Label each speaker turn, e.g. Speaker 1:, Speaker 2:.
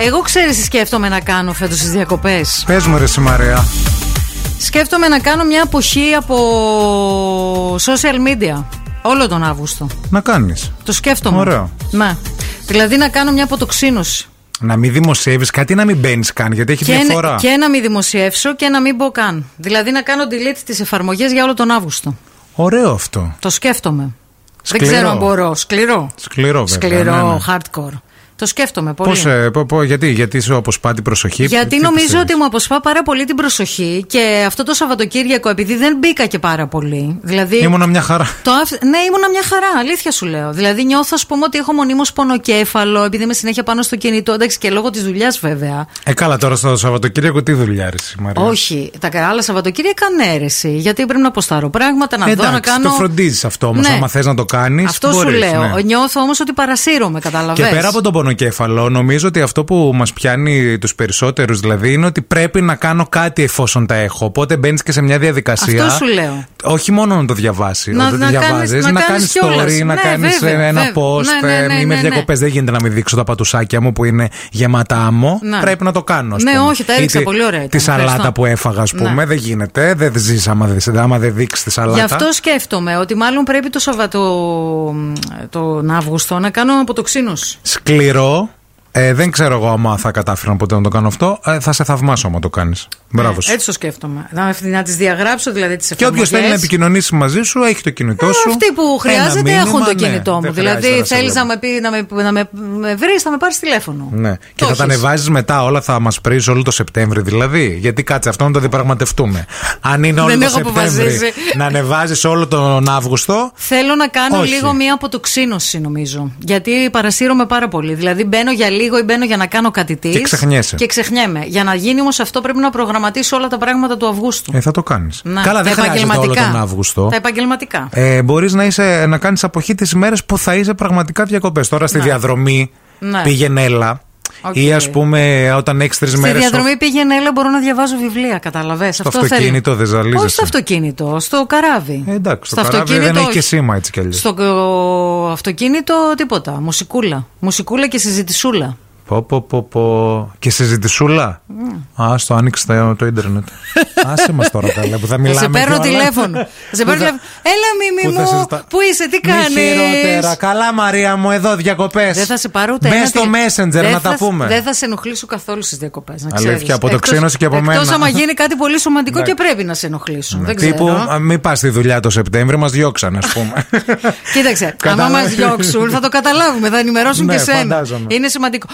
Speaker 1: Εγώ ξέρεις τι σκέφτομαι να κάνω φέτος στις διακοπές
Speaker 2: Πες μου ρε Σιμαρέα.
Speaker 1: Σκέφτομαι να κάνω μια αποχή από social media Όλο τον Αύγουστο
Speaker 2: Να κάνεις.
Speaker 1: Το σκέφτομαι
Speaker 2: Ωραίο.
Speaker 1: Ναι. Δηλαδή να κάνω μια αποτοξίνωση
Speaker 2: Να μην δημοσιεύεις κάτι ή να μην μπαίνεις καν, γιατί έχει
Speaker 1: και,
Speaker 2: διαφορά.
Speaker 1: και να μην δημοσιεύσω και να μην μπω καν Δηλαδή να κάνω delete τις εφαρμογές για όλο τον Αύγουστο
Speaker 2: Ωραίο αυτό.
Speaker 1: Το σκέφτομαι
Speaker 2: Σκληρό.
Speaker 1: Δεν ξέρω αν μπορώ Σκληρό
Speaker 2: Σκληρό, βέβαια.
Speaker 1: Σκληρό,
Speaker 2: Ναι, ναι.
Speaker 1: hardcore Το σκέφτομαι πολύ
Speaker 2: Πώς, ε, πω, πω, γιατί, γιατί σου αποσπά την προσοχή.
Speaker 1: Γιατί
Speaker 2: τι
Speaker 1: νομίζω
Speaker 2: πιστεύεις?
Speaker 1: ότι μου αποσπά πάρα πολύ την προσοχή και αυτό το Σαββατοκύριακο, επειδή δεν μπήκα και πάρα πολύ. Δηλαδή.
Speaker 2: Ήμουνα μια χαρά.
Speaker 1: Το αφ- Ναι, ήμουνα μια χαρά, αλήθεια σου λέω. Δηλαδή, νιώθω, ας πούμε, ότι έχω μονίμως πονοκέφαλο, επειδή είμαι συνέχεια πάνω στο κινητό. Εντάξει, και λόγω της δουλειάς, βέβαια.
Speaker 2: Ε, καλά τώρα στο Σαββατοκύριακο τι δουλειά ρε Σιμαρέα.
Speaker 1: Όχι, τα κα- άλλα Σαββατοκύριακα ναι, αίρεση. Γιατί πρέπει να αποστάρω πράγματα, να δω, να
Speaker 2: Ε, Εντάξει,
Speaker 1: κάνω. Ναι.
Speaker 2: το φροντίζεις αυτό όμως, άμα θες να το κάνεις,
Speaker 1: Αυτό
Speaker 2: μπορείς,
Speaker 1: σου λέω.
Speaker 2: ναι.
Speaker 1: Νιώθω όμως ότι παρασύρωμαι,
Speaker 2: Και
Speaker 1: καταλαβαίνω.
Speaker 2: πέρα από τον πονοκέφαλο, νομίζω ότι αυτό που μας πιάνει τους περισσότερους δηλαδή είναι ότι πρέπει να κάνω κάτι εφόσον τα έχω. Οπότε μπαίνεις και σε μια διαδικασία.
Speaker 1: Αυτό σου λέω.
Speaker 2: Όχι μόνο να το διαβάσεις.
Speaker 1: Να-
Speaker 2: όταν το
Speaker 1: να κάνεις-
Speaker 2: διαβάζεις,
Speaker 1: να
Speaker 2: να κάνεις
Speaker 1: κάνεις
Speaker 2: story,
Speaker 1: κιόλας.
Speaker 2: να
Speaker 1: Ναι,
Speaker 2: κάνεις
Speaker 1: βέβαια,
Speaker 2: ένα
Speaker 1: βέβαια.
Speaker 2: post.
Speaker 1: Ναι, ναι,
Speaker 2: ε,
Speaker 1: ναι,
Speaker 2: Είμαι
Speaker 1: ναι, ναι.
Speaker 2: διακοπές, δεν γίνεται να μην δείξω τα πατουσάκια μου που είναι γεμάτα άμμο.
Speaker 1: Ναι.
Speaker 2: Πρέπει να το κάνω. ας
Speaker 1: Ναι,
Speaker 2: πούμε.
Speaker 1: όχι, τα έδειξα
Speaker 2: Ή τη-
Speaker 1: πολύ ωραία ήταν,
Speaker 2: Τη σαλάτα
Speaker 1: ευχαριστώ.
Speaker 2: που έφαγα, ας πούμε.
Speaker 1: Ναι.
Speaker 2: Δεν γίνεται. Δεν ζεις άμα δεν- άμα δεν δείξεις τη σαλάτα.
Speaker 1: Γι' αυτό σκέφτομαι ότι μάλλον πρέπει το Σαββατό τον Αύγουστο να κάνω αποτοξίνωση.
Speaker 2: σκληρό. Ε, δεν ξέρω εγώ άμα θα κατάφερα ποτέ να το κάνω αυτό. Ε, θα σε θαυμάσω άμα το κάνεις. Μπράβο σου.
Speaker 1: Ε, έτσι το σκέφτομαι. Να, να τις διαγράψω δηλαδή τις
Speaker 2: και
Speaker 1: εφαρμογέ.
Speaker 2: όποιος θέλει να επικοινωνήσει μαζί σου, έχει το κινητό σου.
Speaker 1: Ε, Αυτοί που
Speaker 2: Ένα
Speaker 1: χρειάζεται
Speaker 2: μήνυμα,
Speaker 1: έχουν το
Speaker 2: ναι,
Speaker 1: κινητό
Speaker 2: δεν
Speaker 1: μου.
Speaker 2: χρειάζεται
Speaker 1: Δηλαδή
Speaker 2: σε
Speaker 1: θέλεις να
Speaker 2: βλέπω.
Speaker 1: με, πει, να με, να με, με βρεις, θα με πάρεις τηλέφωνο.
Speaker 2: Ναι. Και
Speaker 1: Το
Speaker 2: θα τα
Speaker 1: έχεις.
Speaker 2: ανεβάζεις μετά όλα, θα μας πει όλο το Σεπτέμβρη δηλαδή. Γιατί κάτσε αυτό να το διαπραγματευτούμε. Αν είναι όλο
Speaker 1: Δεν
Speaker 2: το
Speaker 1: έχω
Speaker 2: Σεπτέμβρη,
Speaker 1: αποφασίσει.
Speaker 2: να ανεβάζεις όλο τον Αύγουστο.
Speaker 1: Θέλω να κάνω
Speaker 2: Όχι.
Speaker 1: λίγο μία αποτοξίνωση νομίζω. Γιατί παρασύρωμαι πάρα πολύ. Δηλαδή μπαίνω για λίγο ή μπαίνω για να κάνω κάτι της.
Speaker 2: Και ξεχνιέσαι.
Speaker 1: Και ξεχνιέμαι. Για να γίνει όμως αυτό πρέπει να προγραμματίσω όλα τα πράγματα του Αυγούστου.
Speaker 2: Ε, θα το κάνεις.
Speaker 1: Να,
Speaker 2: Καλά, δεν
Speaker 1: τα
Speaker 2: χρειάζεται όλο
Speaker 1: επαγγελματικά.
Speaker 2: τον Αύγουστο.
Speaker 1: Τα επαγγελματικά.
Speaker 2: ε, μπορείς να, είσαι, να κάνεις αποχή τις μέρες που θα είσαι πραγματικά διακοπές. Τώρα στη διαδρομή
Speaker 1: Ναι.
Speaker 2: πήγαινε έλα.
Speaker 1: Οκ.
Speaker 2: Ή ας πούμε όταν έχεις τρεις
Speaker 1: Στη
Speaker 2: μέρες.
Speaker 1: διαδρομή πήγαινε, έλα, μπορώ να διαβάζω βιβλία, καταλαβες. Στο
Speaker 2: αυτοκίνητο δεν ζαλίζεσαι.
Speaker 1: Όχι στο αυτοκίνητο, στο καράβι.
Speaker 2: Ε, εντάξει, στο καράβι δεν έχει και
Speaker 1: όχι.
Speaker 2: σήμα, έτσι κι αλλιώς.
Speaker 1: Στο ε, αυτοκίνητο τίποτα. Μουσικούλα. Μουσικούλα και συζητησούλα.
Speaker 2: Πω, πω, πω, πω. Και συζητησούλα.
Speaker 1: Ναι.
Speaker 2: Α, το άνοιξε το- το ίντερνετ. Άσε μας τώρα καλά που θα μιλάμε.
Speaker 1: σε παίρνω
Speaker 2: κιόλας.
Speaker 1: τηλέφωνο. σε παίρνω
Speaker 2: Που θα-
Speaker 1: τηλέφωνο. Έλα,
Speaker 2: που
Speaker 1: μίμη
Speaker 2: θα
Speaker 1: μου,
Speaker 2: συζητά-
Speaker 1: πού είσαι, τι
Speaker 2: Μη χειρότερα.
Speaker 1: κάνει.
Speaker 2: Καλά, Μαρία μου, εδώ διακοπές.
Speaker 1: Δεν θα σε πάρω ούτε
Speaker 2: Μπες
Speaker 1: ένα
Speaker 2: στο
Speaker 1: τηλε-
Speaker 2: Messenger
Speaker 1: Δεν
Speaker 2: να τα
Speaker 1: θα-
Speaker 2: πούμε.
Speaker 1: Δεν θα σε ενοχλήσω καθόλου στις διακοπές.
Speaker 2: Αλήθεια, αποτοξίνωση και από
Speaker 1: Εκτός
Speaker 2: μένα.
Speaker 1: άμα γίνει κάτι πολύ σημαντικό και
Speaker 2: Εντάξει.
Speaker 1: πρέπει να σε ενοχλήσω.
Speaker 2: Ναι,
Speaker 1: Δεν
Speaker 2: Τύπου,
Speaker 1: ξέρω.
Speaker 2: α, μην πας στη δουλειά το Σεπτέμβριο, μας διώξαν, ας πούμε.
Speaker 1: Κοίταξε, άμα
Speaker 2: Κατάλαβα.
Speaker 1: μα διώξουν θα το καταλάβουμε, θα ενημερώσουν
Speaker 2: Ναι,
Speaker 1: και σένα.
Speaker 2: φαντάζομαι.
Speaker 1: Είναι σημαντικό.